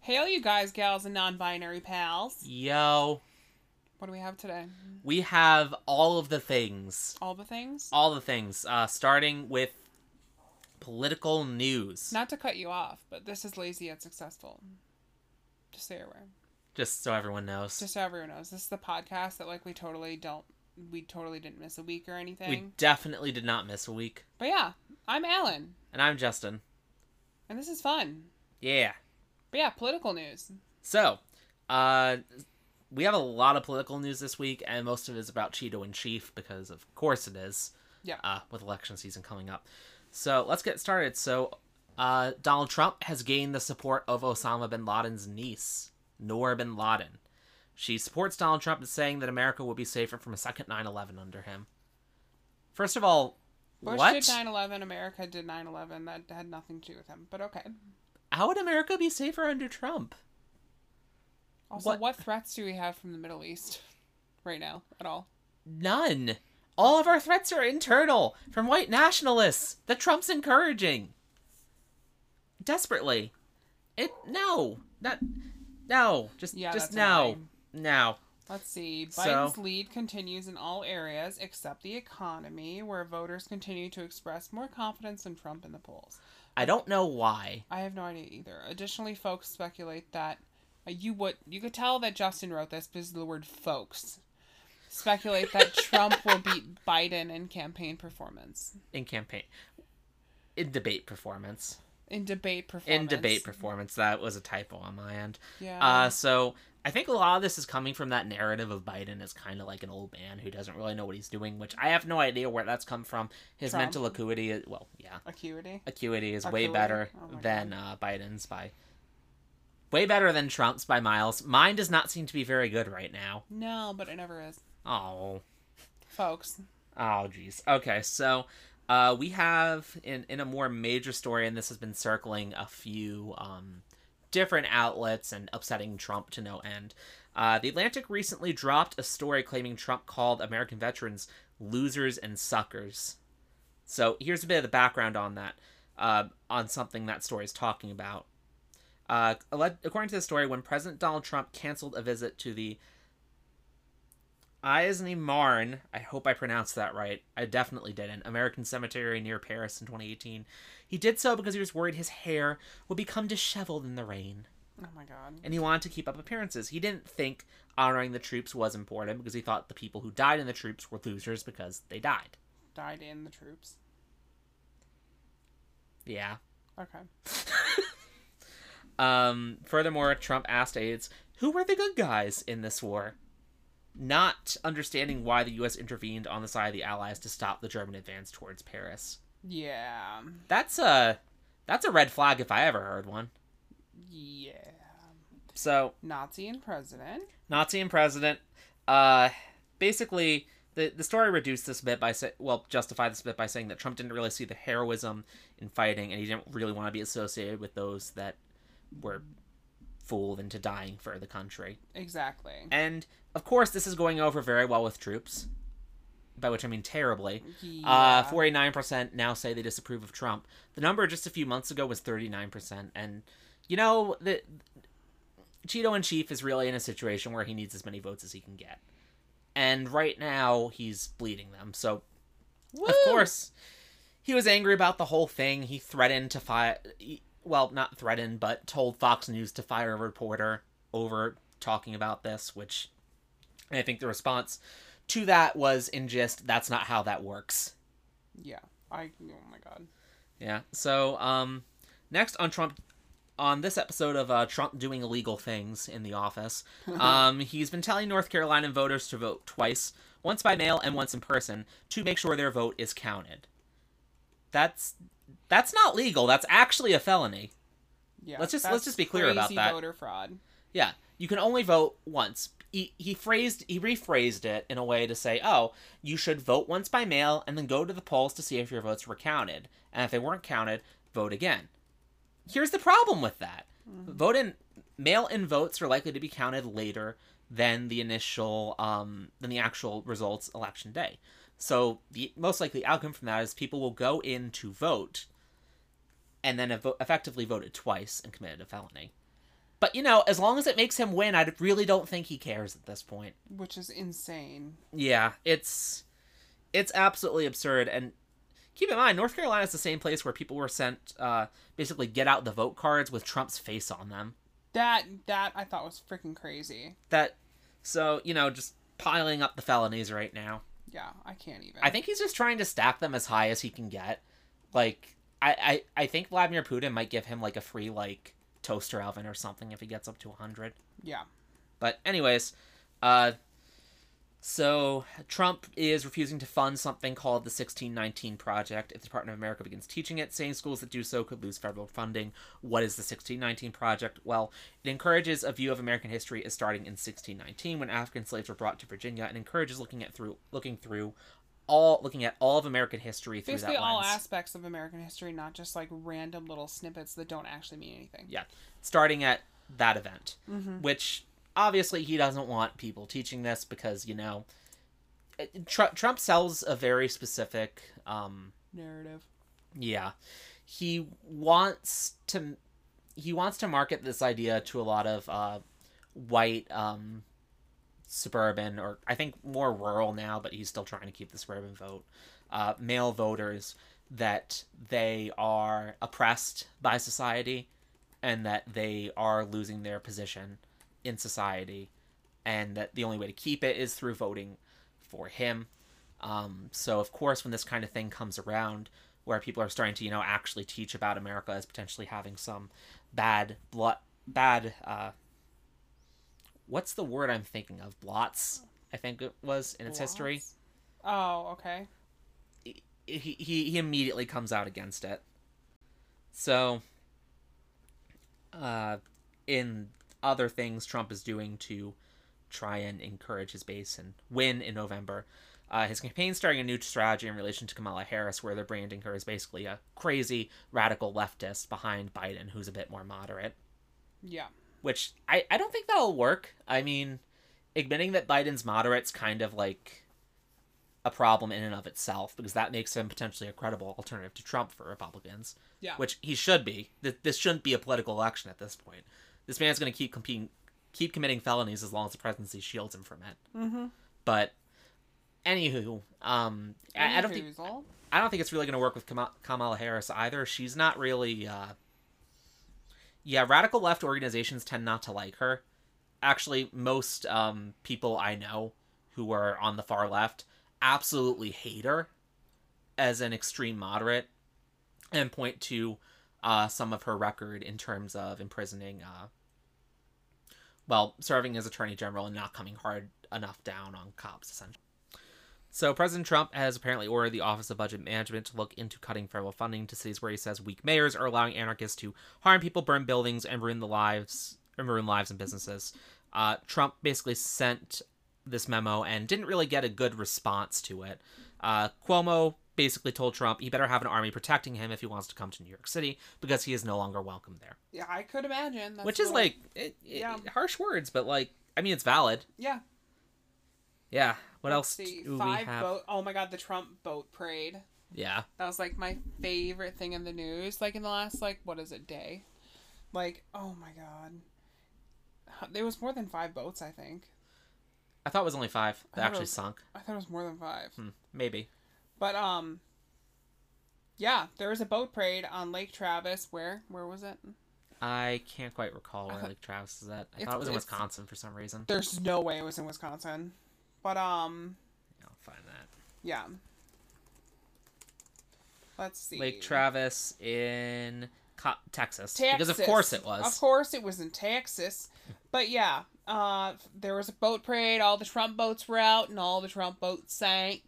Hail, you guys, gals, and non binary pals. Yo, What do we have today? we have all of the things. All the things? All the things, uh, starting with political news. Not to cut you off, but this is lazy and successful. Just so you're aware. Just so everyone knows. Just so everyone knows. This is the podcast that, like, we totally don't. We totally didn't miss a week or anything. we definitely did not miss a week. But yeah, I'm Alan, And I'm Justin. and this is fun. Yeah. But yeah, political news. So, uh, we have a lot of political news this week, and most of it is about Cheeto in Chief because, of course, it is. Yeah. Uh, with election season coming up, so let's get started. So, uh, Donald Trump has gained the support of Osama bin Laden's niece, Noor bin Laden. She supports Donald Trump in saying that America would be safer from a second 9/11 under him. First of all, Bush what? did 9 11, America did 9 11. That had nothing to do with him, but okay. How would America be safer under Trump? Also, What- what, threats do we have from the Middle East right now at all? None. All of our threats are internal from white nationalists that Trump's encouraging. Desperately. It no. That no. Just Yeah, just that's no. annoying. No. Let's see. So- Biden's lead continues in all areas except the economy, where voters continue to express more confidence in Trump in the polls. I don't know why. I have no idea either. Additionally, folks speculate that uh, you would you could tell that Justin wrote this because of the word folks speculate that Trump will beat Biden in campaign performance. In campaign in debate performance. In debate performance. In debate performance. That was a typo on my end. Yeah. Uh so I think a lot of this is coming from that narrative of Biden as kind of like an old man who doesn't really know what he's doing, which I have no idea where that's come from. His Trump. mental acuity, is- well, yeah, Acuity. acuity is way Acuity? better Oh my than uh, Biden's by way better than Trump's by miles. Mine does not seem to be very good right now. No, but it never is. Oh, Folks. oh, geez. Okay, so uh, we have in in a more major story, and this has been circling a few um, different outlets and upsetting Trump to no end. Uh, the Atlantic recently dropped a story claiming Trump called American veterans losers and suckers. So here's a bit of the background on that, uh, on something that story is talking about. Uh, ale- according to the story, when President Donald Trump canceled a visit to the Eisenmarn, I hope I pronounced that right. I definitely didn't. American Cemetery near Paris in 2018. He did so because he was worried his hair would become disheveled in the rain Oh my god. and he wanted to keep up appearances. He didn't think honoring the troops was important because he thought the people who died in the troops were losers because they died. Died in the troops. Yeah. Okay. Um, furthermore, Trump asked aides, who were the good guys in this war? Not understanding why the U.S. intervened on the side of the Allies to stop the German advance towards Paris. Yeah. That's a that's a red flag if I ever heard one. Yeah. So Nazi and president. Nazi and president. Uh, basically, the the story reduced this bit by say, well, justified this bit by saying that Trump didn't really see the heroism in fighting, and he didn't really want to be associated with those that were fooled into dying for the country. Exactly. And of course, this is going over very well with troops, by which I mean terribly. Uh, Yeah. forty-nine percent now say they disapprove of Trump. The number just a few months ago was thirty-nine percent, and you know the Cheeto in chief is really in a situation where he needs as many votes as he can get, and right now he's bleeding them. So Woo! of course, he was angry about the whole thing. He threatened to fire. Well, not threatened, but told Fox News to fire a reporter over talking about this, which I think the response to that was in gist, that's not how that works. Yeah. I. Oh my god. Yeah. So, um, next on Trump, on this episode of uh, Trump doing illegal things in the office, um, he's been telling North Carolina voters to vote twice, once by mail and once in person, to make sure their vote is counted. That's that's not legal. That's actually a felony. Yeah. Let's just- let's that's just be clear about crazy that. Voter fraud. Yeah, you can only vote once. He, he phrased he rephrased it in a way to say, "Oh, you should vote once by mail and then go to the polls to see if your votes were counted, and if they weren't counted, vote again." Here's the problem with that. Vote in mail-in votes are likely to be counted later than the initial um than the actual results election day. So, the most likely outcome from that is people will go in to vote and then have vo- effectively voted twice and committed a felony. But you know, as long as it makes him win, I really don't think he cares at this point. which is insane. Yeah, it's it's absolutely absurd. And keep in mind, North Carolina is the same place where people were sent uh, basically get out the vote cards with Trump's face on them. That that I thought was freaking crazy. That so you know just piling up the felonies right now. Yeah, I can't even. I think he's just trying to stack them as high as he can get. Like I I, I think Vladimir Putin might give him like a free like toaster oven or something if he gets up to hundred. yeah. But anyways, uh so Trump is refusing to fund something called the 1619 Project. If the Department of America begins teaching it, saying schools that do so could lose federal funding. What is the 1619 Project? Well, it encourages a view of American history as starting in 1619 when African slaves were brought to Virginia, and encourages looking at through looking through all looking at all of American history through Basically that all lens. aspects of American history, not just like random little snippets that don't actually mean anything. yeah, starting at that event. Mm-hmm. which obviously he doesn't want people teaching this because you know Tr- Trump sells a very specific um Narrative. yeah he wants to he wants to market this idea to a lot of uh white um suburban or I think more rural now but he's still trying to keep the suburban vote uh male voters that they are oppressed by society and that they are losing their position in society and that the only way to keep it is through voting for him um, so of course when this kind of thing comes around where people are starting to you know actually teach about america as potentially having some bad blot bad uh, what's the word i'm thinking of blots i think it was in its history Lots. Oh, okay. he, he he immediately comes out against it. So, uh, in other things Trump is doing to try and encourage his base and win in November, uh, his campaign starting a new strategy in relation to Kamala Harris, where they're branding her as basically a crazy radical leftist behind Biden, who's a bit more moderate Yeah. which I, I don't think that'll work. I mean, admitting that Biden's moderate's kind of like a problem in and of itself because that makes him potentially a credible alternative to Trump for Republicans, Yeah. which he should be. Th- This shouldn't be a political election at this point. This man's going to keep competing, keep committing felonies as long as the presidency shields him from it. mm-hmm. But anywho, um, I, I don't think I don't think it's really going to work with Kama- Kamala Harris either. She's not really. Uh... Yeah, radical left organizations tend not to like her. Actually, most um, people I know who are on the far left absolutely hate her as an extreme moderate and point to uh, some of her record in terms of imprisoning, uh, well, serving as attorney general and not coming hard enough down on cops, essentially. So President Trump has apparently ordered the Office of Budget Management to look into cutting federal funding to cities where he says weak mayors are allowing anarchists to harm people, burn buildings, and ruin the lives and ruin lives and businesses. Uh, Trump basically sent this memo and didn't really get a good response to it. Uh, Cuomo basically told Trump he better have an army protecting him if he wants to come to New York City because he is no longer welcome there. Yeah, I could imagine. That's Which is what- like it, it- Yeah. harsh words, but like I mean it's valid. yeah. Yeah. What let's else see, do five we have? boat. Oh my god, the Trump boat parade. Yeah. That was like my favorite thing in the news. Like in the last like what is it day? Like oh my god, there was more than five boats. I think I thought it was only five that I don't actually know. sunk. I thought it was more than five. Hmm, maybe. But um, yeah, there was a boat parade on Lake Travis. Where where was it? I can't quite recall where thought- Lake Travis is at. I It's- thought it was in it's- Wisconsin for some reason. There's no way it was in Wisconsin. But um, Yeah, I'll find that. yeah. Let's see. Lake Travis in Co- Texas. Because of Texas. course it was. Of course it was in Texas. But yeah, uh, there was a boat parade. All the Trump boats were out, and all the Trump boats sank.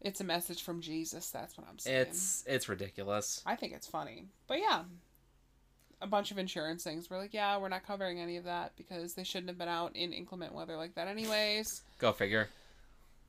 It's a message from Jesus. That's what I'm saying. It's it's ridiculous. I think it's funny, but yeah, a bunch of insurance things. We're like, yeah, we're not covering any of that because they shouldn't have been out in inclement weather like that, anyways. Go figure.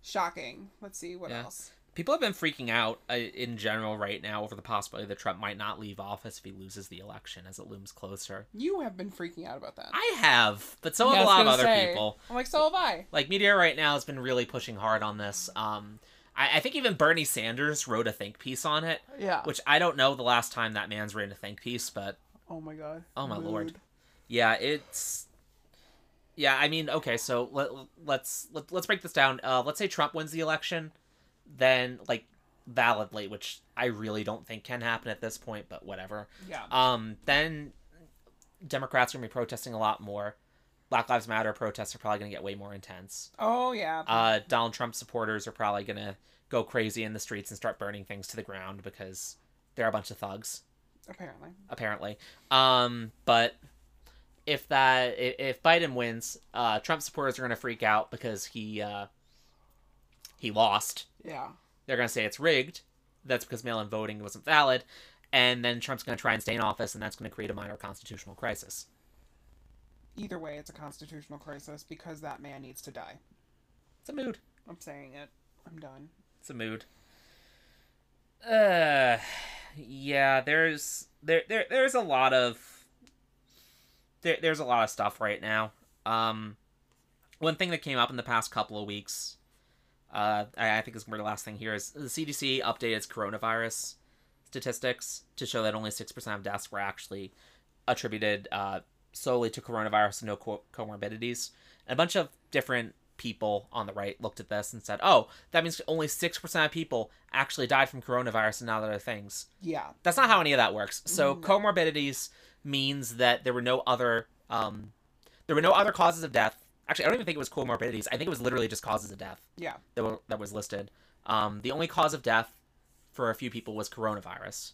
Shocking. Let's see what Yeah. else. People have been freaking out uh, in general right now over the possibility that Trump might not leave office if he loses the election as it looms closer. You have been freaking out about that. I have, but so Yeah, have I a was lot of gonna other say. people. I'm like, so have I. Like Media right now has been really pushing hard on this. Um, I, I think even Bernie Sanders wrote a think piece on it. Yeah. Which I don't know the last time that man's written a think piece, but Oh my god. Oh my lord. Yeah, it's yeah. I mean, okay. So let let's let, let's break this down. Uh, let's say Trump wins the election, then like validly, which I really don't think can happen at this point, but whatever. Yeah. Um, then Democrats are gonna be protesting a lot more. Black Lives Matter protests are probably gonna get way more intense. Oh yeah. Uh, Donald Trump supporters are probably gonna go crazy in the streets and start burning things to the ground because they're a bunch of thugs apparently. apparently. Um, but if that i- if Biden wins, uh, Trump supporters are gonna freak out because he uh, he lost. Yeah. They're gonna say it's rigged. That's because mail-in voting wasn't valid, and then Trump's gonna try and stay in office, and that's gonna create a minor constitutional crisis. Either way, it's a constitutional crisis because that man needs to die. It's a mood. I'm saying it. I'm done. It's a mood. Uh, yeah. There's there there there's a lot of there, there's a lot of stuff right now. Um, one thing that came up in the past couple of weeks, uh, I, I think is gonna be the last thing here is the CDC updated its coronavirus statistics to show that only six percent of deaths were actually attributed uh, solely to coronavirus and no co- comorbidities. And a bunch of different people on the right looked at this and said, "Oh, that means only six percent of people actually died from coronavirus and not other things." Yeah. That's not how any of that works. So No. comorbidities means that there were no other um, there were no other causes of death. Actually, I don't even think it was comorbidities. I think it was literally just causes of death Yeah. that were, that was listed. Um, the only cause of death for a few people was coronavirus,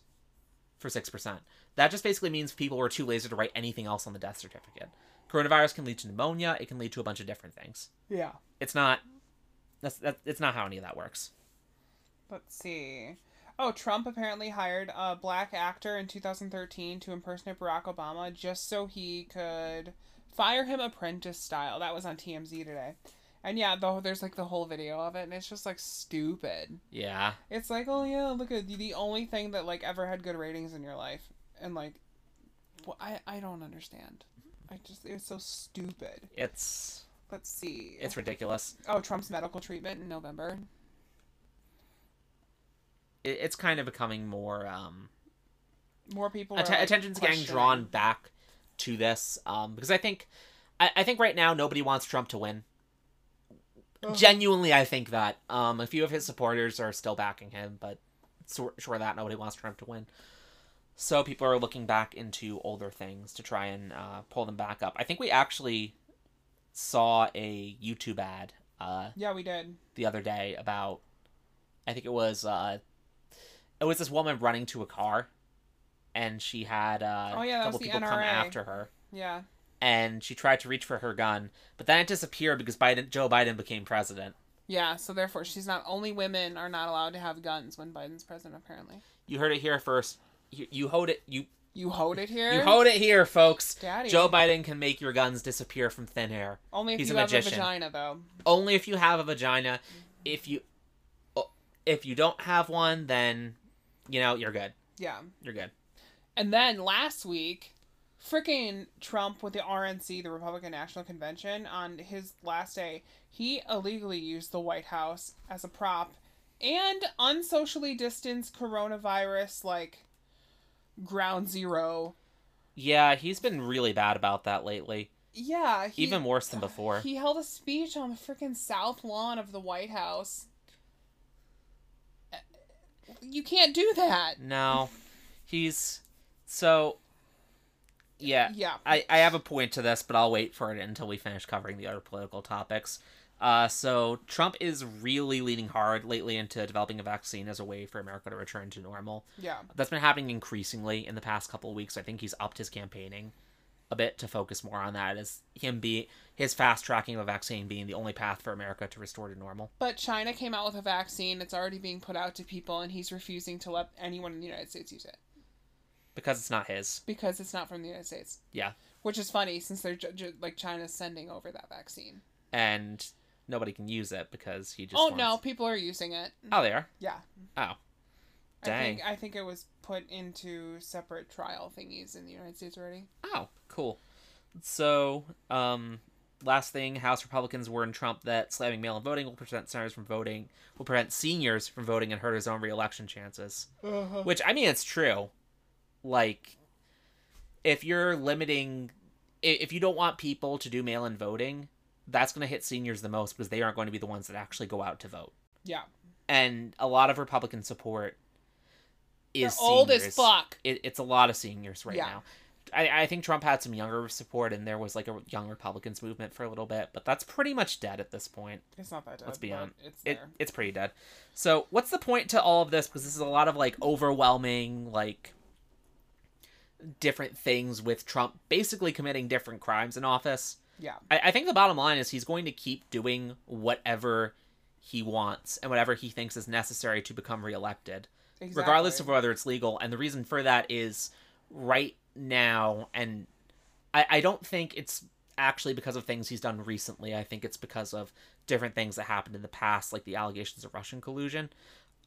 for six percent. That just basically means people were too lazy to write anything else on the death certificate. Coronavirus can lead to pneumonia. It can lead to a bunch of different things. Yeah. It's not. That's that. It's not how any of that works. Let's see. Oh, Trump apparently hired a black actor in 2013 to impersonate Barack Obama just so he could fire him apprentice style. That was on TMZ today. And yeah, though there's like the whole video of it and it's just like stupid. Yeah. It's like, oh yeah, look at the only thing that like ever had good ratings in your life. And like well, I I don't understand. I just it's so stupid. It's Let's see. it's ridiculous. oh, Trump's medical treatment in November. It, it's kind of becoming more. Um, More people are, att- like, attention's getting questioning. drawn back to this um, because I think, I, I think right now nobody wants Trump to win. Ugh. Genuinely, I think that um, a few of his supporters are still backing him, but sure, sure that nobody wants Trump to win. So people are looking back into older things to try and uh, pull them back up. I think we actually saw a YouTube ad uh, Yeah, we did. the other day about I think it was uh it was this woman running to a car and she had uh Oh, yeah, that a was couple the people come NRA. after her Yeah. and she tried to reach for her gun but then it disappeared because Biden Joe Biden became president. Yeah, so therefore she's not only women are not allowed to have guns when Biden's president apparently. You heard it here first. You, you hold it you You hold it here. you hold it here folks. Daddy. Joe Biden can make your guns disappear from thin air. only if he's you a have magician. a vagina though. Only if you have a vagina. If you oh, if you don't have one then you know you're good. Yeah. You're good. And then last week, freaking Trump with the RNC, the Republican National Convention, on his last day, he illegally used the White House as a prop and unsocially distanced coronavirus like ground zero. Yeah, he's been really bad about that lately. Yeah, he, Even worse than before. He held a speech on the freaking south lawn of the White House. You can't do that. No. He's so yeah. Yeah. I, I have a point to this, but I'll wait for it until we finish covering the other political topics. Uh, so Trump is really leaning hard lately into developing a vaccine as a way for America to return to normal. Yeah. That's been happening increasingly in the past couple of weeks. I think he's upped his campaigning a bit to focus more on that as him be his fast tracking of a vaccine being the only path for America to restore to normal. But China came out with a vaccine that's already being put out to people, and he's refusing to let anyone in the United States use it Because it's not his. because it's not from the United States. Yeah. Which is funny since they're ju- ju- like China's sending over that vaccine. and nobody can use it because he just. oh wants... no, people are using it. Oh, they are. Yeah. Oh, I Dang. think I think it was put into separate trial thingies in the United States already. oh, cool. So, um, last thing, House Republicans warned Trump that slamming mail-in voting will prevent senators from voting, will prevent seniors from voting, and hurt his own reelection chances. Uh-huh. Which I mean, it's true. Like, if you're limiting i- if you don't want people to do mail in voting, that's going to hit seniors the most because they aren't going to be the ones that actually go out to vote. Yeah. And a lot of Republican support They're is old as seniors. fuck. It, it's a lot of seniors right Yeah. now. I, I think Trump had some younger support, and there was like a young Republicans movement for a little bit, but that's pretty much dead at this point. It's not that dead. Let's be but hon- It's It, there. it's pretty dead. So, what's the point to all of this? Because this is a lot of like overwhelming, like different things with Trump basically committing different crimes in office. Yeah. I, I think the bottom line is he's going to keep doing whatever he wants and whatever he thinks is necessary to become reelected, Exactly. regardless of whether it's legal. And the reason for that is right now, and I, I don't think it's actually because of things he's done recently. I think it's because of different things that happened in the past, like the allegations of Russian collusion.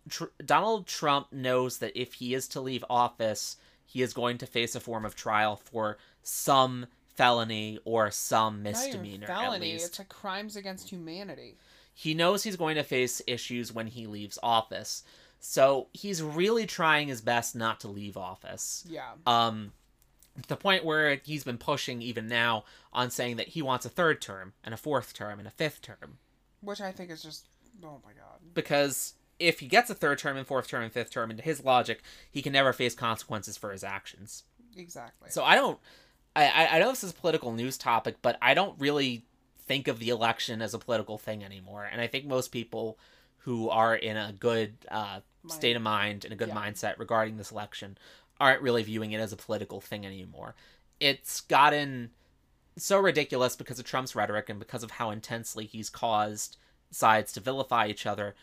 Tr- Donald Trump knows that if he is to leave office, he is going to face a form of trial for some felony or some Not even misdemeanor. at felony. least. It's like crimes against humanity. He knows he's going to face issues when he leaves office. So he's really trying his best not to leave office. Yeah. Um, to the point where he's been pushing even now on saying that he wants a third term and a fourth term and a fifth term Which I think is just oh my god. because if he gets a third term and fourth term and fifth term into his logic he can never face consequences for his actions Exactly. so i don't I- i i know this is a political news topic but i don't really think of the election as a political thing anymore and i think most people who are in a good uh, Mind. state of mind and a good Yeah. mindset regarding this election aren't really viewing it as a political thing anymore it's gotten so ridiculous because of Trump's rhetoric and because of how intensely he's caused sides to vilify each other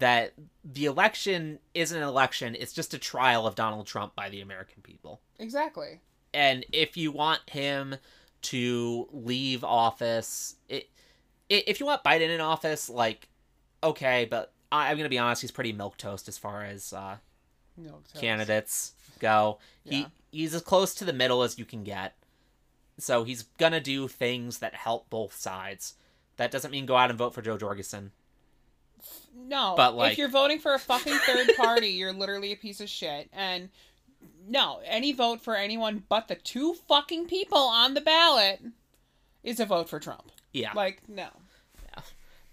that the election isn't an election, it's just a trial of Donald Trump by the American people. exactly. And if you want him to leave office, it, i if you want Biden in office, like, okay, but I, I'm going to be honest, he's pretty milquetoast as far as uh, Milk toast. candidates go. Yeah. He he's as close to the middle as you can get. So he's gonna do things that help both sides. That doesn't mean go out and vote for Joe Jorgensen. No. But, if like- you're voting for a fucking third party, you're literally a piece of shit. And no, any vote for anyone but the two fucking people on the ballot is a vote for Trump. Yeah. Like no.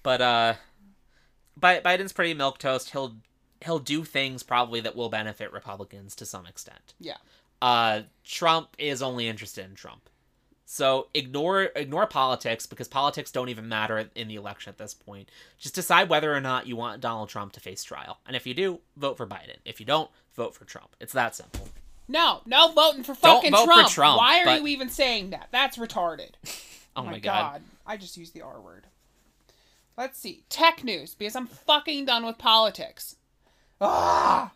But uh Bi- Biden's pretty milk toast. He'll he'll do things probably that will benefit Republicans to some extent. Yeah. Uh Trump is only interested in Trump. So ignore ignore politics because politics don't even matter in the election at this point. Just decide whether or not you want Donald Trump to face trial. And if you do, vote for Biden. If you don't, vote for Trump. It's that simple. No, no voting for Don't fucking vote for Trump. Trump, Why are but- you even saying that? That's retarded. Oh, my, god. I just used the R word. Let's see. Tech news, because I'm fucking done with politics. Ah!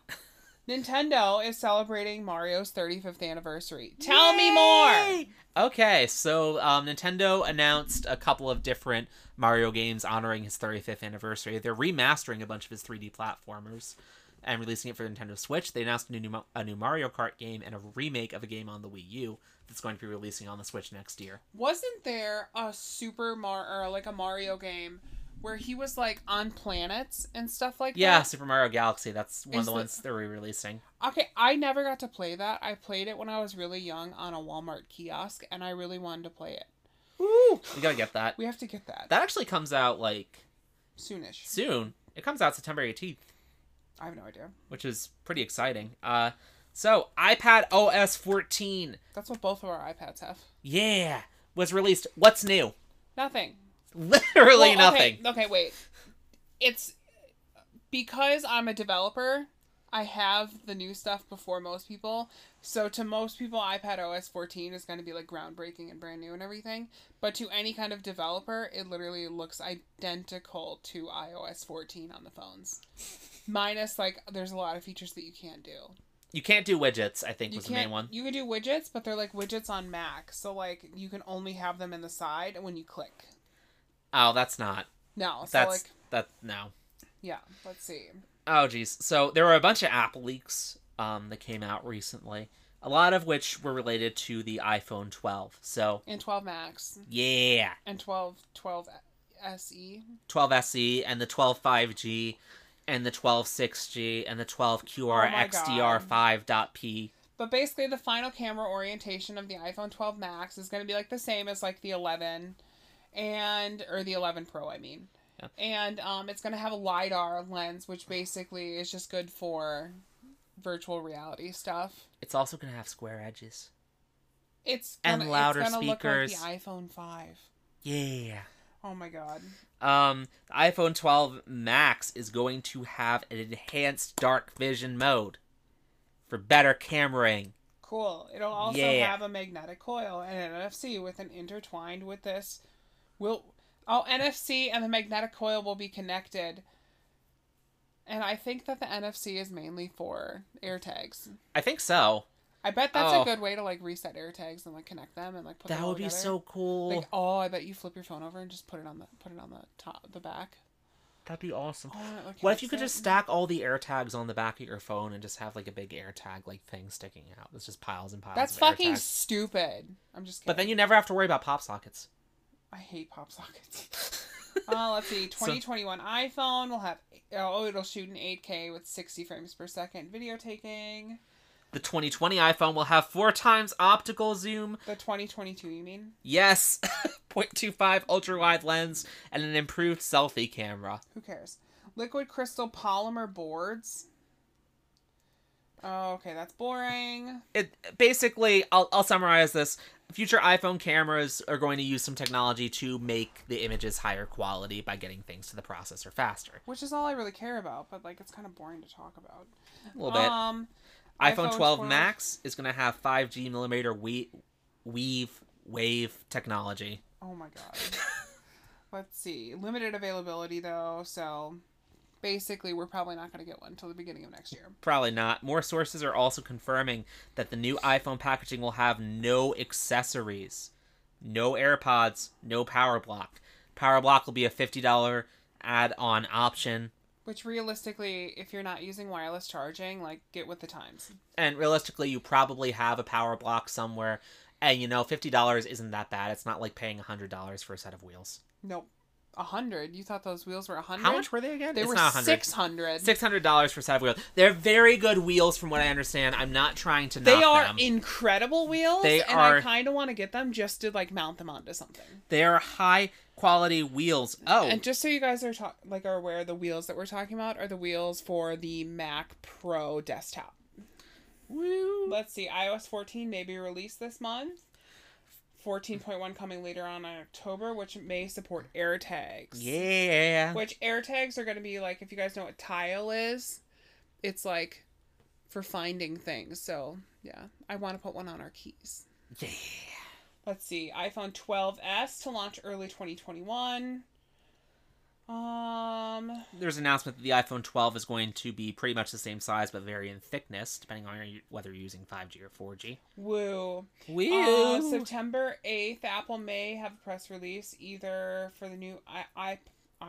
Nintendo is celebrating Mario's 35th anniversary. Tell me more! Okay, so um, Nintendo announced a couple of different Mario games honoring his 35th anniversary. They're remastering a bunch of his 3D platformers and releasing it for the Nintendo Switch. They announced a new, mo- a new Mario Kart game and a remake of a game on the Wii U that's going to be releasing on the Switch next year. Wasn't there a Super Mar or like a Mario game where he was like on planets and stuff like Yeah, that? Super Mario Galaxy. That's one Is of the the- ones they're re-releasing. Okay, I never got to play that. I played it when I was really young on a Walmart kiosk and I really wanted to play it. Ooh, we gotta get that. We have to get that, That actually comes out like soonish. soon. It comes out September 18th. I have no idea. which is pretty exciting. Uh, so iPad OS 14, That's what both of our iPads have. yeah, was released. What's new? Nothing. Literally Well, nothing. Okay, okay, wait. It's because I'm a developer. I have the new stuff before most people. So to most people, iPad OS 14 is going to be like groundbreaking and brand new and everything. But to any kind of developer, it literally looks identical to iOS 14 on the phones. Minus like there's a lot of features that you can't do. You can't do widgets. I think You was the main can't. one. You can do widgets, but they're like widgets on Mac. So like you can only have them in the side when you click. Oh, that's not. No. So That's like that no. yeah. Let's see. Oh geez. So there were a bunch of app leaks um, that came out recently. A lot of which were related to the iPhone 12. So and 12 max yeah, and 12 12 se 12 SE E and the 12 5G and the 12 6G and the 12 Oh my QRXDR5.P. But basically, the final camera orientation of the iPhone 12 Max is going to be like the same as like the 11, and or the 11 Pro, I mean. Yeah. And um, it's going to have a lidar lens, which basically is just good for virtual reality stuff. It's also gonna have square edges. It's And gonna, louder it's gonna speakers. Look like the iPhone 5. Yeah. Oh my god. Um, the iPhone 12 Max is going to have an enhanced dark vision mode for better cameraing. Cool. It'll also Yeah. have a magnetic coil and an NFC with an intertwined with this. Will oh NFC and the magnetic coil will be connected. And I think that the NFC is mainly for AirTags. I think so. I bet that's Oh. a good way to like reset AirTags and like connect them and like put them That all would be together. so cool. Like oh, I bet you flip your phone over and just put it on the put it on the top the back. That'd be awesome. Oh, and it, like, What if you connects could it. just stack all the AirTags on the back of your phone and just have like a big AirTag like thing sticking out? It's just piles and piles. That's of fucking AirTags. stupid. I'm just kidding. But then you never have to worry about pop sockets. I hate pop sockets. uh, let's see. 2021 iPhone will have oh, it'll shoot in 8K with 60 frames per second video taking. The 2020 iPhone will have four times optical zoom, The 2022, you mean? yes, 0.25 ultra wide lens, and an improved selfie camera. Who cares? Liquid crystal polymer boards. Oh, okay, that's boring. it basically I'll, I'll summarize this future iphone cameras are going to use some technology to make the images higher quality by getting things to the processor faster Which is all I really care about, but like it's kind of boring to talk about. a little bit Um, iphone iPhone 12 12. max is going to have 5g millimeter we- weave wave technology Oh my god. Let's see. Limited availability though, so basically we're probably not going to get one until the beginning of next year. probably not more sources are also confirming that the new iphone packaging will have no accessories no airpods no power block power block will be a $50 add-on option Which realistically, if you're not using wireless charging, like get with the times. and realistically you probably have a power block somewhere and you know $50 isn't that bad it's not like paying $100 for a set of wheels Nope. A hundred. You thought those wheels were a hundred? how much were they again They it's were not six hundred. $600 for a set of wheels they're very good wheels from what i understand i'm not trying to They knock are them. incredible wheels, They and are- I kind of want to get them just to like mount them onto something. they are high quality wheels oh And just so you guys are talk- like are aware, the wheels that we're talking about are the wheels for the Mac Pro desktop. woo. Let's see, iOS 14 may be released this month. 14.1 coming later on in October, which may support AirTags. yeah Which AirTags are going to be like, if you guys know what Tile is, it's like for finding things. So, yeah, I want to put one on our keys. yeah Let's see, iPhone 12s to launch early 2021. Um, there's an announcement that the iphone 12 is going to be pretty much the same size but vary in thickness depending on your- whether you're using 5g or 4g woo. woo Uh, September 8th, Apple may have a press release either for the new I- I-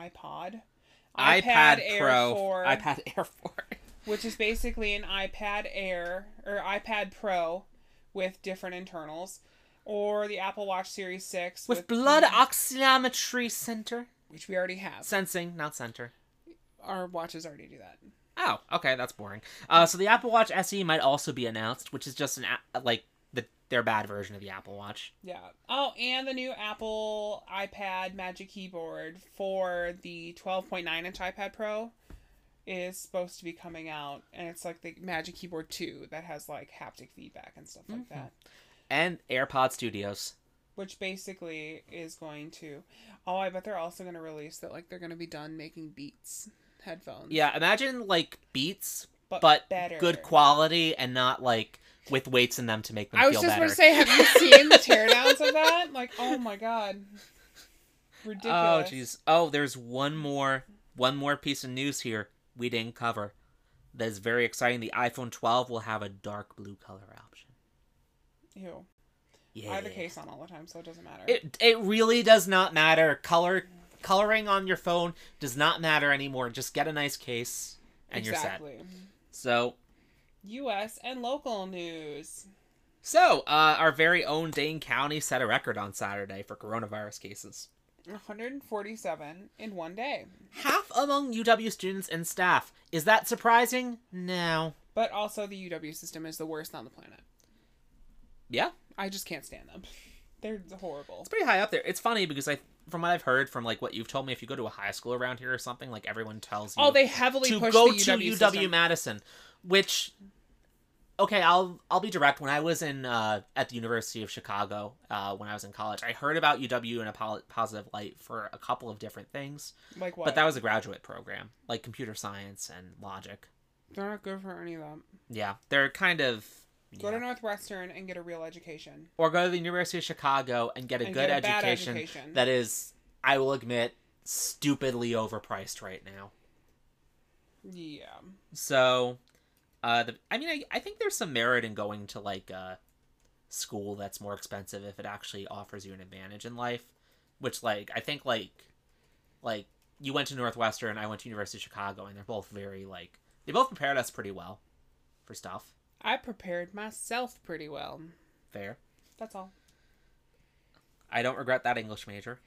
iPod, iPad, Pro, 4, iPad Air 4. which is basically an iPad Air or iPad Pro with different internals, or the Apple Watch Series 6 With blood oximetry center. which we already have. Sensing, not center. Our watches already do that. Oh, okay, that's boring. Uh, so the Apple Watch SE might also be announced, which is just an a- like the their bad version of the Apple Watch. Yeah. Oh, and the new Apple iPad Magic Keyboard for the 12.9 inch iPad Pro is supposed to be coming out, and it's like the Magic Keyboard 2 that has like haptic feedback and stuff Mm-hmm. like that. And AirPod Studios. Which basically is going to. Oh, I bet they're also going to release that, like, they're going to be done making Beats headphones. Yeah, imagine like Beats, but good quality and not like with weights in them to make them I was feel just better. going to say, have you seen the teardowns of that? Like, oh my god. oh Ridiculous. jeez. Oh, there's one more one more piece of news here we didn't cover. That is very exciting. The iPhone 12 will have a dark blue color option. Ew. Yeah. I have a case on all the time, so it doesn't matter. It it really does not matter. Color coloring on your phone does not matter anymore. Just get a nice case and you're set. So U.S. and local news. so uh, our very own Dane County set a record on Saturday for coronavirus cases. 147 in one day. Half among UW students and staff. Is that surprising? No. But also, the UW system is the worst on the planet. Yeah, I just can't stand them. They're horrible. it's pretty high up there. It's funny because I, from what I've heard from like what you've told me, if you go to a high school around here or something, like everyone tells you Oh, they heavily to push go the to UW, UW system. Madison, which okay, I'll I'll be direct. When I was in uh, at the University of Chicago uh, when I was in college, I heard about UW in a pol- positive light for a couple of different things, Like what? but that was a graduate program like computer science and logic. They're not good for any of them. Yeah, they're kind of Go to yeah. Northwestern and get a real education. or go to the University of Chicago and get a And good get a bad education, education. that is, I will admit, stupidly overpriced right now. Yeah. So, uh, the, I mean, I, I think there's some merit in going to like a school that's more expensive if it actually offers you an advantage in life, which like I think like like you went to Northwestern, I went to University of Chicago, and they're both very like they both prepared us pretty well for stuff. I prepared myself pretty well. Fair. That's all. I don't regret that English major.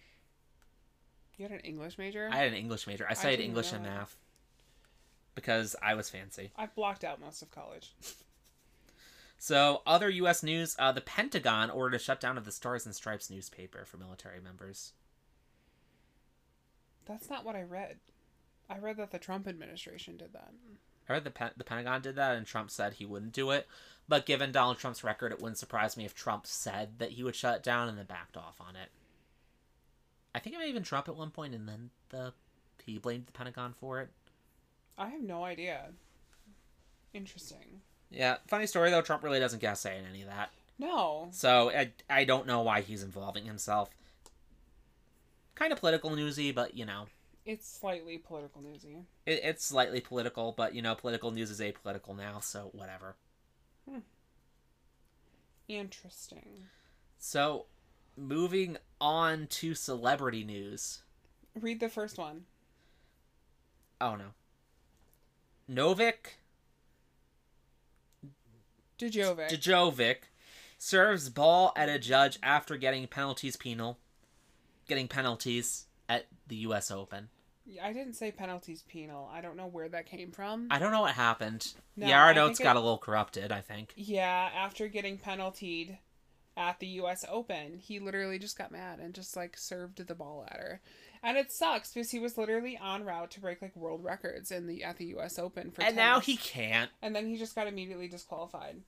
You had an English major? I had an English major. I studied didn't English and know that. math because I was fancy. I blocked out most of college. So, other U.S. news: uh, the Pentagon ordered a shutdown of the Stars and Stripes newspaper for military members. That's not what I read. I read that the Trump administration did that. I heard the Pen- the Pentagon did that, and Trump said he wouldn't do it. But given Donald Trump's record, it wouldn't surprise me if Trump said that he would shut it down and then backed off on it. I think it may have been Trump at one point, and then the he blamed the Pentagon for it. I have no idea. Interesting. Yeah, funny story though. Trump really doesn't guess saying any of that, No. so I I don't know why he's involving himself. Kind of political newsy, but you know. It's slightly political newsy. it, it's slightly political, but you know, political news is apolitical now, so whatever. Interesting. So, moving on to celebrity news. Read the first one. Oh no, Novik Djokovic. Djokovic serves ball at a judge after getting penalties penal, getting penalties at the U.S. Open. Yeah, I didn't say penalties penal. I don't know where that came from. I don't know what happened. No, yeah, our I notes think got it- a little corrupted. I think. yeah, after getting penaltied at the US Open, he literally just got mad and just like served the ball at her. And it sucks because he was literally on route to break like world records in the at the US Open for And now tennis. he can't. and then he just got immediately disqualified.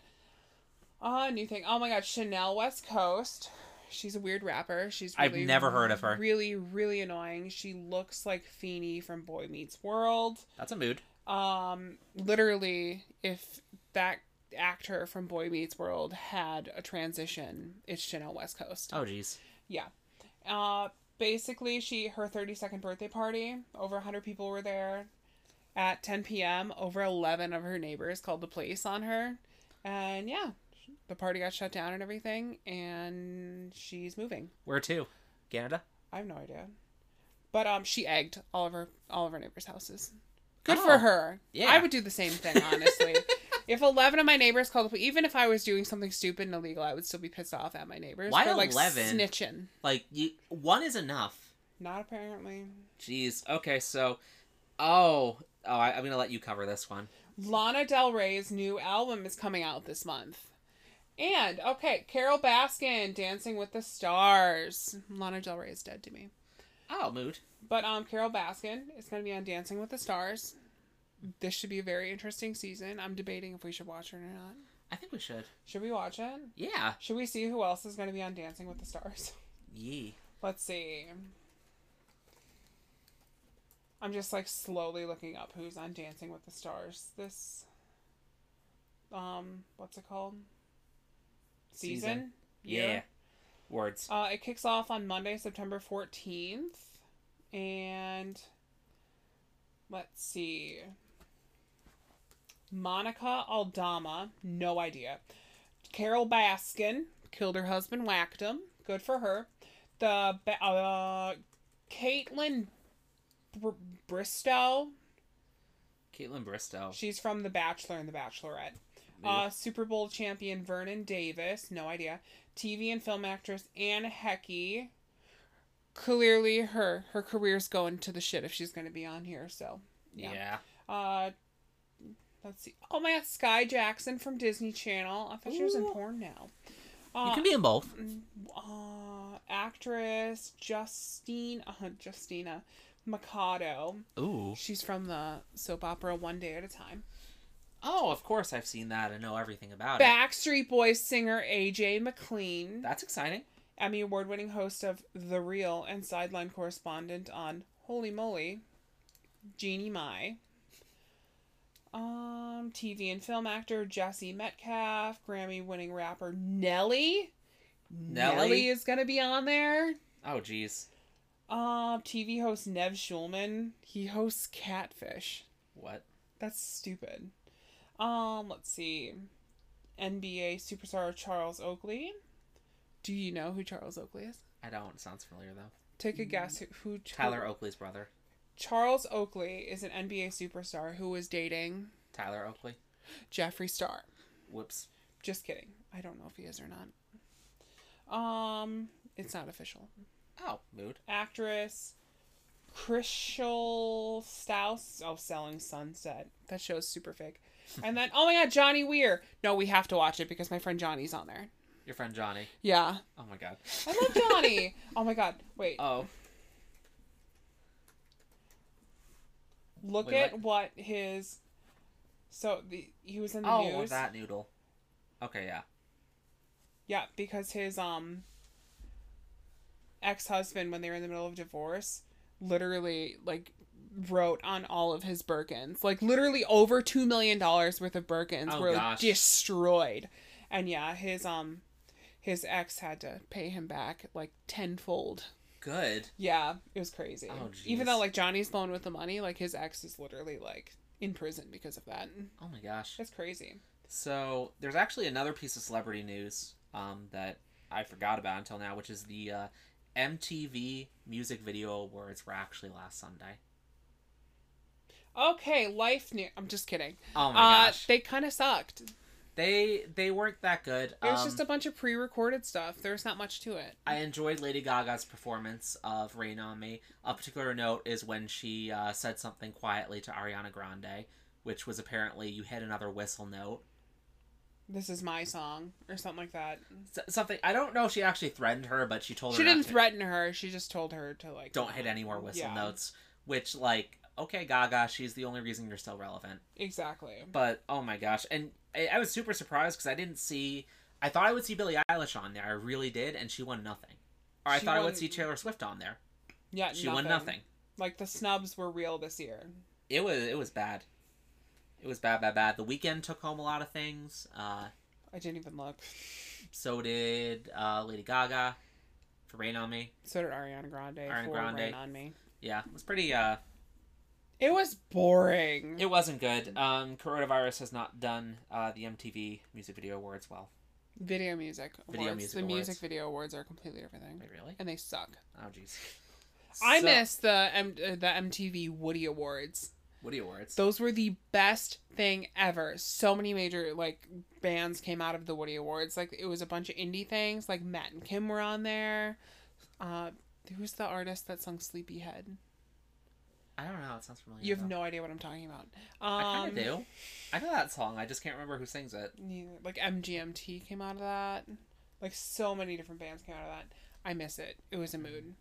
Ah, new thing. Oh my god, Chanel West Coast. She's a weird rapper. She's I've really, never heard of her. Really, really annoying. She looks like Feeny from Boy Meets World. That's a mood. Um, literally, if that actor from Boy Meets World had a transition, it's Chanel West Coast. Oh jeez. Yeah. Uh, basically, she her 32nd birthday party, over 100 people were there at 10 p.m. Over 11 of her neighbors called the police on her. And yeah, the party got shut down and everything, and she's moving. Where to? Canada. I have no idea. But um, she egged all of her all of her neighbors' houses. Good Oh, for her. yeah. I would do the same thing, honestly. if eleven of my neighbors called the police, even if I was doing something stupid and illegal, I would still be pissed off at my neighbors Why for like 11? snitching. Like you, one is enough. Not apparently. Jeez. Okay, so oh, oh, I, I'm gonna let you cover this one. Lana Del Rey's new album is coming out this month. And okay, Carol Baskin, Dancing with the Stars. Lana Del Rey is dead to me. Oh, mood. But um Carol Baskin is gonna be on Dancing with the Stars. This should be a very interesting season. I'm debating if we should watch it or not. I think we should. Should we watch it? Yeah. Should we see who else is gonna be on Dancing with the Stars? Yee. Let's see. I'm just like slowly looking up who's on Dancing with the Stars this um what's it called? Season? Season. Year? Words. Uh it kicks off on Monday, September 14th and let's see. Monica Aldama, no idea. Carol Baskin killed her husband, whacked him. Good for her. The ba- uh, Caitlin Br- Bristow, Caitlin Bristow. she's from The Bachelor and The Bachelorette. Mood. Uh, Super Bowl champion Vernon Davis, no idea. TV and film actress Anne Hecky. Clearly, her her career's going to the shit if she's going to be on here. So yeah. uh, Let's see. Oh my God, Sky Jackson from Disney Channel. I thought she was in Ooh. porn now. You Uh, can be in both. uh, actress Justine, uh, Justina Mikado. Ooh. She's from the soap opera One Day at a Time. Oh, of course I've seen that and know everything about it. Backstreet Boys singer AJ McLean, That's exciting. Emmy award winning host of The Real and sideline correspondent on Holy Moly, Jeannie Mai. Um, TV and film actor Jesse Metcalf, Grammy winning rapper Nelly. Nelly? Nelly is going to be on there. Oh, geez. Um, TV host Nev Schulman. He hosts Catfish. What? That's stupid. Um, let's see. NBA superstar Charles Oakley. Do you know who Charles Oakley is? I don't. Sounds familiar, though. Take a guess who, who Mm. Tyler Oakley's brother. Charles Oakley is an NBA superstar who was dating Tyler Oakley. Jeffree Star. Whoops. Just kidding. I don't know if he is or not. Um, it's not official. Oh, mood. actress Chrishell Stouse. Oh, Selling Sunset. That show's super fake. And then, oh my god, Johnny Weir. No, we have to watch it because my friend Johnny's on there. Your friend Johnny. Yeah. Oh, my God. I love Johnny. oh my god. Wait. Oh, look wait, at what his. So the, he was in the oh, news. that noodle. Okay, yeah. Yeah, because his um ex-husband when they were in the middle of divorce literally like wrote on all of his Birkins. Like literally over 2 million dollars worth of Birkins Oh, were gosh. destroyed. And yeah, his um his ex had to pay him back like tenfold. Good. Yeah, it was crazy. Oh, Even jeez. though like Johnny's blown with the money, like his ex is literally like in prison because of that. Oh, my gosh. It's crazy. So there's actually another piece of celebrity news um, that I forgot about until now, which is the uh, MTV Music Video Awards were actually last Sunday. Okay, life new. I'm just kidding. Oh my uh, gosh, they kind of sucked. they they weren't that good. It was Um, just a bunch of pre-recorded stuff. There's not much to it. I enjoyed Lady Gaga's performance of Rain on Me. A particular note is when she uh, said something quietly to Ariana Grande, which was apparently you hit another whistle note. This is my song or something like that. S- something I don't know if she actually threatened her, but she told She her not didn't to- threaten her. She just told her to like don't hit any more whistle Yeah. notes. Which like okay, Gaga, she's the only reason you're still relevant. exactly. But oh my gosh, and I, I was super surprised because I didn't see. I thought I would see Billie Eilish on there. I really did, and she won nothing. Or I She thought I won- would see Taylor Swift on there. Yeah, She won nothing. Like the snubs were real this year. It was it was bad. It was bad, bad, bad. The weekend took home a lot of things. Uh, I didn't even look. so did uh, Lady Gaga for Rain on Me. So did Ariana Grande. Ariana for Grande. Rain on me. Yeah, it was pretty. Uh, It was boring. it wasn't good. Um, coronavirus has not done uh, the MTV Music Video Awards well. Video music. Awards. Video music the music awards. video awards are a completely different thing, Wait, really? and they suck. Oh, jeez. I So- miss the M- uh, the MTV Woody Awards. Woody Awards. Those were the best thing ever. So many major like bands came out of the Woody Awards. Like it was a bunch of indie things. Like Matt and Kim were on there. Uh, who's the artist that sung Sleepyhead? I don't know. It sounds familiar. You have though. no idea what I'm talking about. I Um, kind of do. I know that song. I just can't remember who sings it. neither- Like MGMT came out of that. Like so many different bands came out of that. I miss it. It was a Mm-hmm. mood.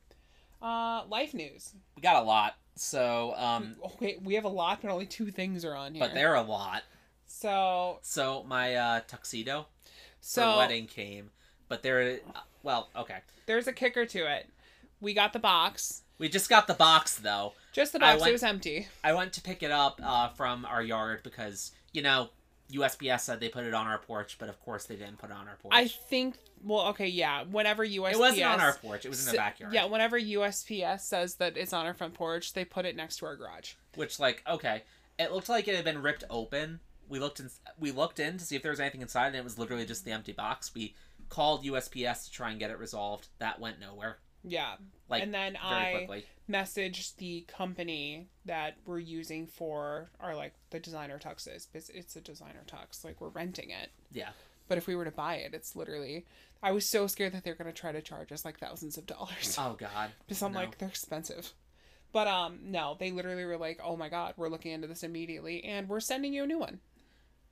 Uh, life news. We got a lot. So, um, okay, we have a lot, but only two things are on here. but they're a lot. so So my uh, tuxedo for so wedding came, but there. Uh, well, okay. there's a kicker to it. We got the box. We just got the box though. Just the I box. went- it was empty. I went to pick it up uh, from our yard because you know USPS said they put it on our porch, but of course they didn't put it on our porch. I think. Well, okay, yeah. Whenever USPS, it wasn't on our porch. It was in the s- backyard. Yeah, whenever USPS says that it's on our front porch, they put it next to our garage. which like okay it looked like it had been ripped open we looked in we looked in to see if there was anything inside and it was literally just the empty box we called usps to try and get it resolved that went nowhere Yeah, like and then very I quickly messaged the company that we're using for our like the designer tuxes. It's, it's a designer tux. Like we're renting it. yeah But if we were to buy it, it's literally. I was so scared that they're gonna try to charge us like thousands of dollars. oh god Because I'm No. like, they're expensive. But um, no, they literally were like, oh my god, we're looking into this immediately and we're sending you a new one.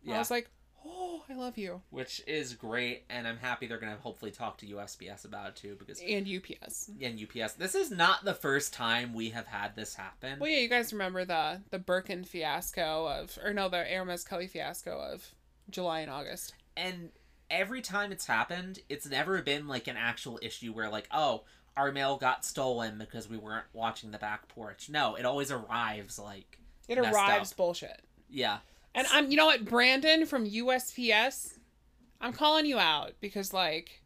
I Yeah. was like, oh, I love you. Which is great, and I'm happy they're gonna hopefully talk to USPS about it too, because And UPS. and UPS. This is not the first time we have had this happen. Well, yeah, you guys remember the the Birkin fiasco of, or no, the Aramis Kelly fiasco of July and August. and every time it's happened, it's never been like an actual issue where like, oh, our mail got stolen because we weren't watching the back porch. No, it always arrives like It Messed arrives up. bullshit. yeah. And I'm, you know what, Brandon from USPS, I'm calling you out because like,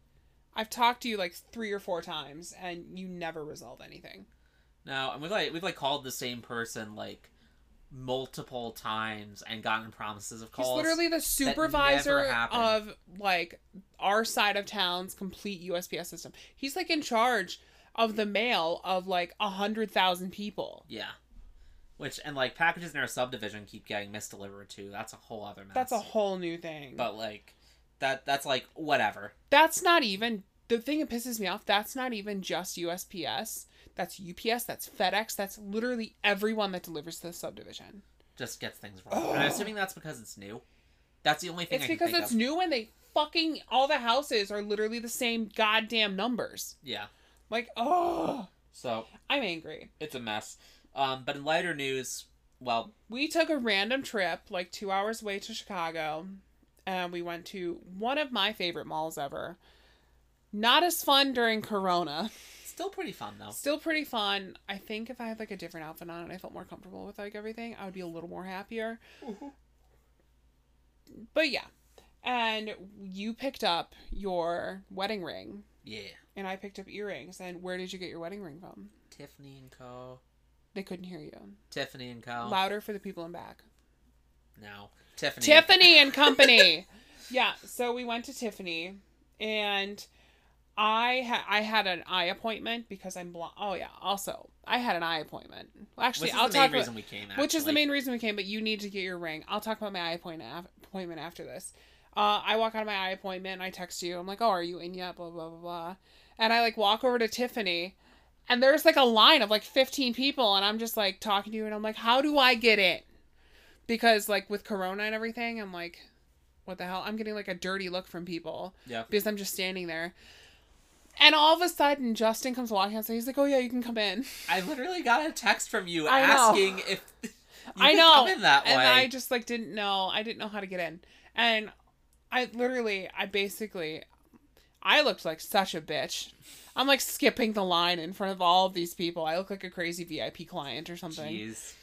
I've talked to you like three or four times and you never resolve anything. No, and we've like we've like called the same person like multiple times and gotten promises of He's calls. literally the supervisor never happen. of like our side of town's complete USPS system. He's like in charge of the mail of like a hundred thousand people. Yeah. Which and like packages in our subdivision keep getting misdelivered too. That's a whole other mess. That's a whole new thing. but like that that's like whatever. that's not even the thing that pisses me off. That's not even just USPS. That's UPS. That's FedEx. That's literally everyone that delivers to the subdivision. Just gets things wrong. And I'm Ugh. assuming that's because it's new. That's the only thing It's I can because think it's of. new and they fucking all the houses are literally the same goddamn numbers. Yeah. Like, oh, So I'm angry. it's a mess. Um, but in lighter news, well, we took a random trip like two hours away to chicago and we went to one of my favorite malls ever not as fun during corona still pretty fun though. still pretty fun i think if i had like a different outfit on and i felt more comfortable with like everything i would be a little more happier but yeah and you picked up your wedding ring Yeah. and i picked up earrings and where did you get your wedding ring from Tiffany and Co. they couldn't hear you Tiffany and Co. louder for the people in back no. Tiffany. Tiffany and Company. yeah, so we went to Tiffany, and I ha- I had an eye appointment because I'm blind. Oh yeah, also I had an eye appointment. Well, actually, Which is I'll the talk. main About, reason we came. which is the actually. main reason we came, but you need to get your ring. I'll talk about my eye appointment af- appointment after this. Uh, I walk out of my eye appointment. I text you. I'm like, "Oh, are you in yet?" Blah blah blah blah. And I like walk over to Tiffany, and there's like a line of like 15 people, and I'm just like talking to you, and I'm like, "How do I get in?" Because like with Corona and everything, I'm like, "What the hell?" I'm getting like a dirty look from people Yeah. because I'm just standing there. And all of a sudden, Justin comes walking out, so he's like, "Oh yeah, you can come in." I literally got a text from you I know. asking if you I could know. come in that and way. I just like didn't know. I didn't know how to get in, and I literally, I basically, I looked like such a bitch. I'm like skipping the line in front of all of these people. I look like a crazy VIP client or something. Jeez.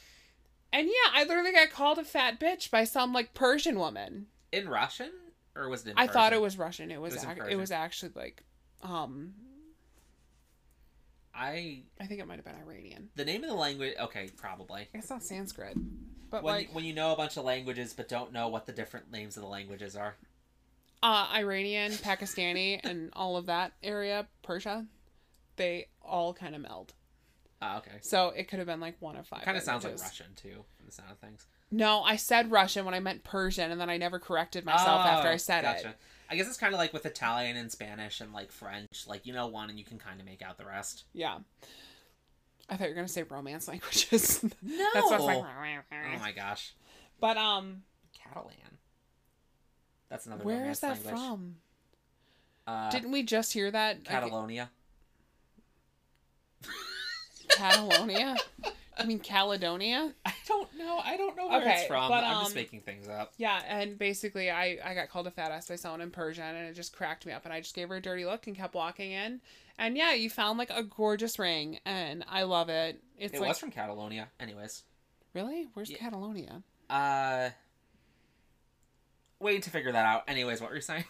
And yeah, I literally got called a fat bitch by some like Persian woman. In Russian or was it? in I thought it Persian? was Russian. It was was in ac- it Persian. was actually like, um, I. I think it might have been Iranian. The name of the language. Okay, probably. It's not Sanskrit, but When, like when you know a bunch of languages but don't know what the different names of the languages are. uh, Iranian, Pakistani, and all of that area, Persia, they all kind of meld. Ah, okay. So it could have been like one of five. Kind of sounds like languages. Russian too, from the sound of things. No, I said Russian when I meant Persian, and then I never corrected myself after I said it. Oh, I guess it's kind of like with Italian and Spanish and like French. Like you know one and you can kind of make out the rest. Yeah. I thought you were gonna say romance languages. No. That's what's like. Oh my gosh, But um, Catalan. That's another. where romance is that language. from? Uh, Didn't we just hear that? I- Catalonia. Catalonia. I mean Caledonia. I don't know. I don't know where Okay, it's from. but, I'm um, just making things up. Yeah, and basically I, I got called a fat ass by someone in Persian and it just cracked me up and I just gave her a dirty look and kept walking in. And yeah, you found like a gorgeous ring and I love it. It's It like was from Catalonia, anyways. really? Where's Yeah. Catalonia? Uh, waiting to figure that out. Anyways, what were you saying?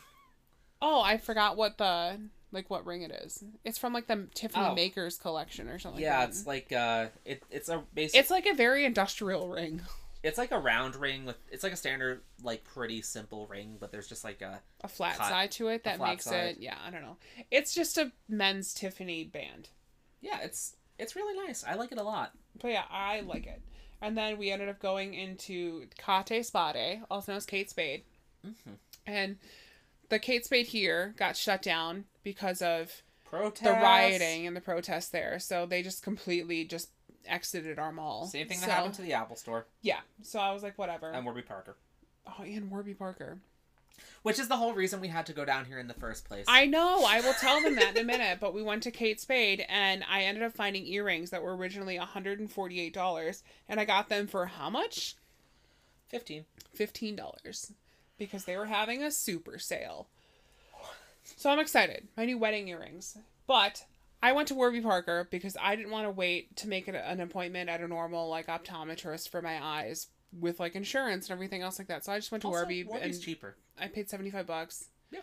Oh, I forgot what the like what ring it is. It's from like the Tiffany Oh. Makers collection or something. like yeah, that. it's like uh, it, Oh it's a basic. it's like a very industrial ring. It's like a round ring with it's like a standard like pretty simple ring, but there's just like a A flat Cut. side to it that flat makes side. it yeah, I don't know. It's just a men's Tiffany band. yeah, it's it's really nice. I like it a lot. But yeah, I like it. And then we ended up going into Kate Spade, also known as Kate Spade. Mhm. And the Kate Spade here got shut down because of Protest the rioting and the protests there. So they just completely just exited our mall. Same thing So- that happened to the Apple Store Yeah. So I was like, whatever. and Warby Parker. Oh, and Warby Parker. which is the whole reason we had to go down here in the first place. I know. I will tell them that in a minute. But we went to Kate Spade, and I ended up finding earrings that were originally one hundred and forty-eight dollars, and I got them for how much? 15. Fifteen dollars, because they were having a super sale. So I'm excited. My new wedding earrings. But I went to Warby Parker because I didn't want to wait to make an, an appointment at a normal like optometrist for my eyes with like insurance and everything else like that. So I just went to Also, Warby Warby's and cheaper. I paid 75 bucks. Yeah.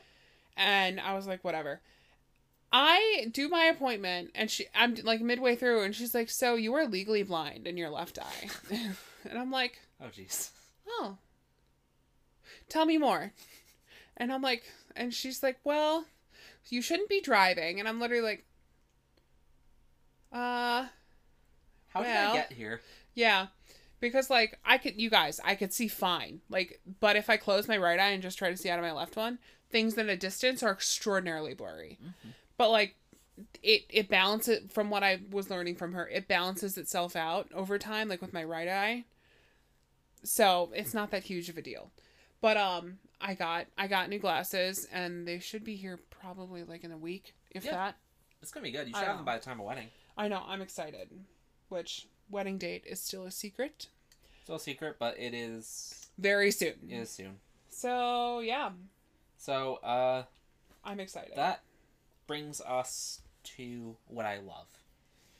And I was like, whatever. I do my appointment and she I'm like midway through and she's like, "So you are legally blind in your left eye." and I'm like, Oh, jeez. "Oh. Tell me more." And I'm like and she's like, "Well, you shouldn't be driving." And I'm literally like, "Uh, How Well- did I get here? yeah. Because like I could you guys, I could see fine. Like but if I close my right eye and just try to see out of my left one, things in a distance are extraordinarily blurry. But like it it balances from what I was learning from her, it balances itself out over time like with my right eye. So, it's not that huge of a deal. But um I got I got new glasses and they should be here probably like in a week if Yeah. that. It's gonna be good. You I should have know. them by the time of wedding. I know, I'm excited. Which wedding date is still a secret. Still a secret, but it is Very soon. it is soon. So yeah, So uh, I'm excited. that brings us to what I love,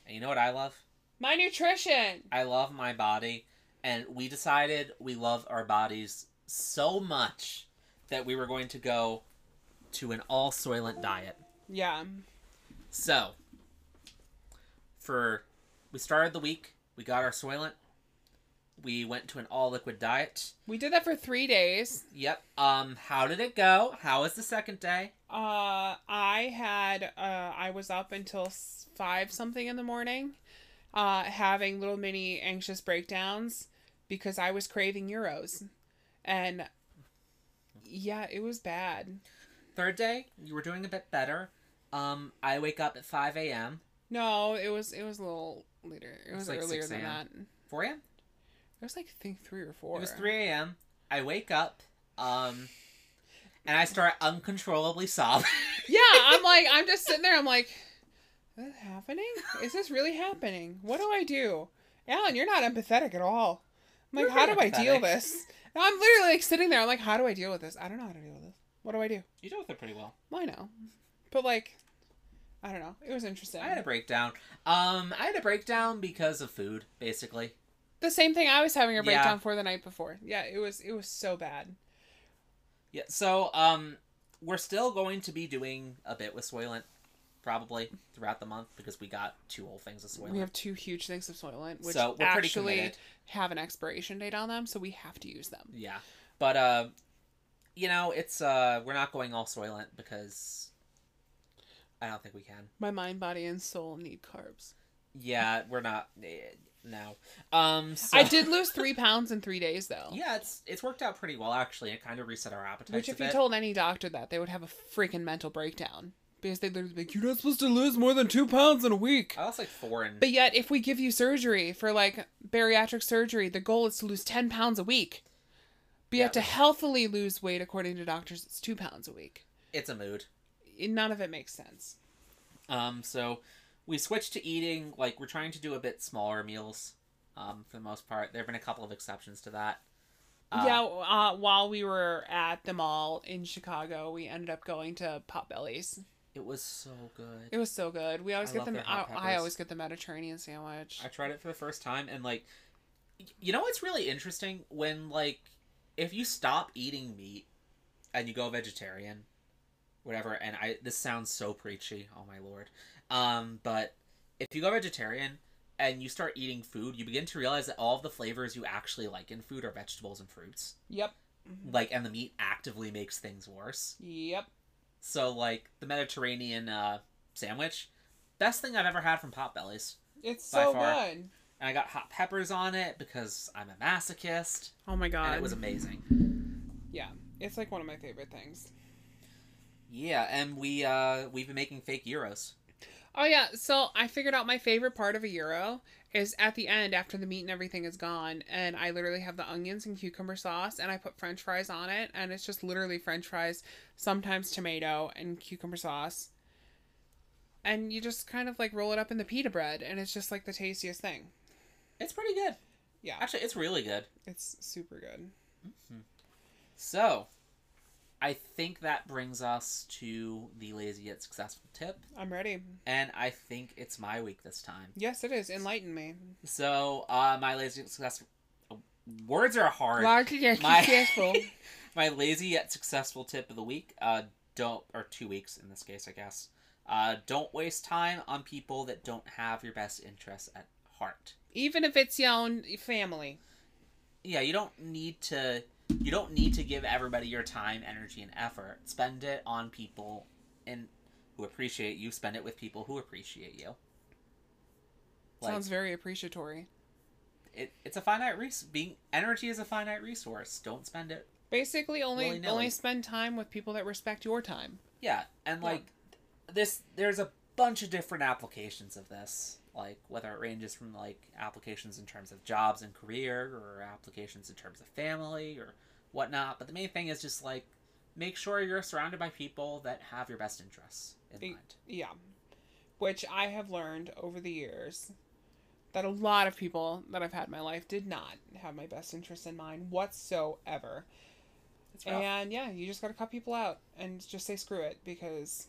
and you know what I love? My nutrition. I love my body, and we decided we love our bodies so much that we were going to go to an all soylent diet. Yeah. So, for we started the week, we got our soylent, we went to an all liquid diet. We did that for three days. Yep. Um, how did it go? How was the second day? Uh, I had uh, I was up until s- five something in the morning, uh, having little mini anxious breakdowns because I was craving euros, and yeah, it was bad. Third day, you were doing a bit better. Um, I wake up at five a.m. No, it was it was a little later. It was was like earlier 6 than a.m.. that. Four a.m. It was like I think three or four. It was 3 a.m. I wake up, um, and I start uncontrollably sobbing. Yeah, I'm like, I'm just sitting there. I'm like, is this happening? Is this really happening? What do I do? Alan, you're not empathetic at all. I'm like, You're how do very I deal empathetic. this? And I'm literally like sitting there. I'm like, how do I deal with this? I don't know how to deal with this. What do I do? you dealt with it pretty well. Well, I know, but like, I don't know. It was interesting. I had a breakdown. Um, I had a breakdown because of food, basically. the same thing I was having a Yeah. breakdown for the night before. Yeah, it was it was so bad. Yeah. So, um, we're still going to be doing a bit with Soylent, probably throughout the month because we got two whole things of Soylent. We have two huge things of Soylent, which so we're pretty actually committed. have an expiration date on them, so we have to use them. Yeah. But uh, you know, it's uh, we're not going all Soylent because I don't think we can. My mind, body, and soul need carbs. Yeah, we're not. eh, No. Um. So, I did lose three pounds in three days though. Yeah, it's it's worked out pretty well actually. It kind of reset our appetite. Which, if you bit. told any doctor that, they would have a freaking mental breakdown because they'd literally be like, "You're not supposed to lose more than two pounds in a week." I lost like four and But yet, if we give you surgery for like bariatric surgery, the goal is to lose ten pounds a week. But you Yeah, have to right. healthily lose weight, according to doctors, it's two pounds a week. it's a mood. None of it makes sense. Um. So we switched to eating like we're trying to do a bit smaller meals. Um, for the most part, there have been a couple of exceptions to that. Uh, yeah, uh, while we were at the mall in Chicago, we ended up going to Potbellies. It was so good. It was so good. We always I get love them. their I, hot I peppers. always get the Mediterranean sandwich. I tried it for the first time and like, y- you know what's really interesting when like, if you stop eating meat and you go vegetarian, whatever. And I this sounds so preachy. Oh my lord. Um, but if you go vegetarian and you start eating food, you begin to realize that all of the flavors you actually like in food are vegetables and fruits. Yep. Mm. Like, and the meat actively makes things worse. Yep. So like the Mediterranean uh, sandwich, best thing I've ever had from Potbellies. It's By so far. good. and I got hot peppers on it because I'm a masochist, Oh my god. and it was amazing. yeah. It's like one of my favorite things. Yeah, and we uh, we've been making fake euros. Oh yeah, so I figured out my favorite part of a euro is at the end after the meat and everything is gone and I literally have the onions and cucumber sauce and I put french fries on it and it's just literally french fries, sometimes tomato and cucumber sauce. And you just kind of like roll it up in the pita bread and it's just like the tastiest thing. It's pretty good. Yeah. Actually, it's really good. It's super good. So, I think that brings us to the lazy yet successful tip, I'm ready. and I think it's my week this time. Yes, it is. Enlighten me. So, uh, my lazy yet successful words are hard. Large yet My- successful. my lazy yet successful tip of the week uh don't or two weeks in this case i guess uh don't waste time on people that don't have your best interests at heart Even if it's your own family. yeah you don't need to you don't need to give everybody your time energy and effort spend it on people and who appreciate you spend it with people who appreciate you like Sounds very appreciatory. it, it's a finite res being energy is a finite resource don't spend it Basically, only Willy-nilly. only spend time with people that respect your time. Yeah, and Yeah. like this, there's a bunch of different applications of this. Like whether it ranges from like applications in terms of jobs and career, or applications in terms of family or whatnot. But the main thing is just like make sure you're surrounded by people that have your best interests in Be- mind. Yeah, which I have learned over the years that a lot of people that I've had in my life did not have my best interests in mind whatsoever. It's rough. And yeah, you just got to cut people out and just say screw it because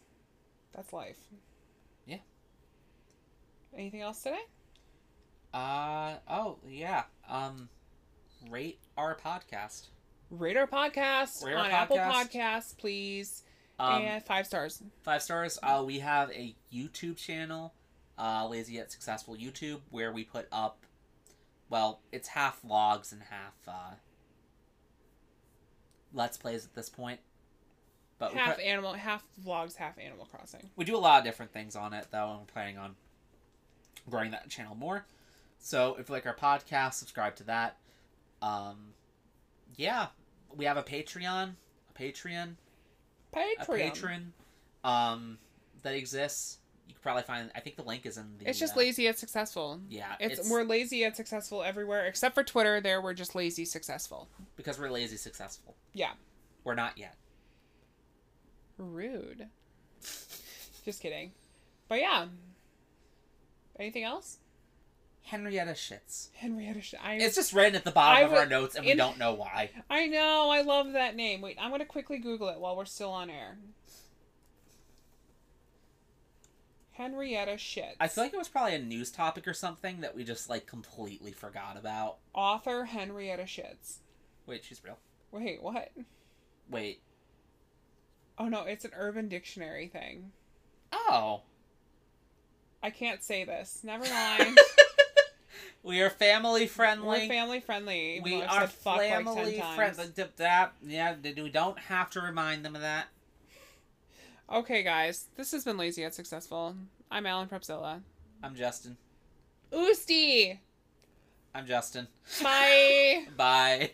that's life. Yeah. Anything else today? Uh oh yeah. Um, rate our podcast. Rate our podcast Rate our on Apple podcast. Podcasts, please, Um, and five stars. five stars. Uh, we have a YouTube channel, uh, Lazy Yet Successful YouTube, where we put up, well, it's half vlogs and half uh, Let's Plays at this point. But uh, we, half put- animal, half vlogs, half Animal Crossing. we do a lot of different things on it, though, and we're planning on growing that channel more. So if you like our podcast, subscribe to that. Um, yeah, we have a Patreon, a Patreon a Patreon. patron um that exists you could probably find i think the link is in the It's just uh, lazy yet successful. yeah It's, we're lazy yet successful everywhere except for Twitter. There we're just lazy successful. because we're lazy successful Yeah, we're not yet rude. just kidding. But yeah. Anything else? henrietta shits Henrietta. Sh- I it's just written at the bottom I of our would- notes and we in- don't know why I know. I love that name. Wait, I'm gonna quickly Google it while we're still on air. Henrietta shit. i feel like it was probably a news topic or something that we just like completely forgot about author Henrietta Shits. wait she's real Wait, what? wait Oh no, it's an Urban Dictionary thing. oh I can't say this. Never mind. we are family friendly We're family friendly. even we though I've are said fuck like 10 family times. friendly. That yeah, we don't have to remind them of that. Okay, guys, this has been Lazy Yet Successful. I'm Alan Prepzilla. I'm Justin. Oosty! I'm Justin. Bye! Bye.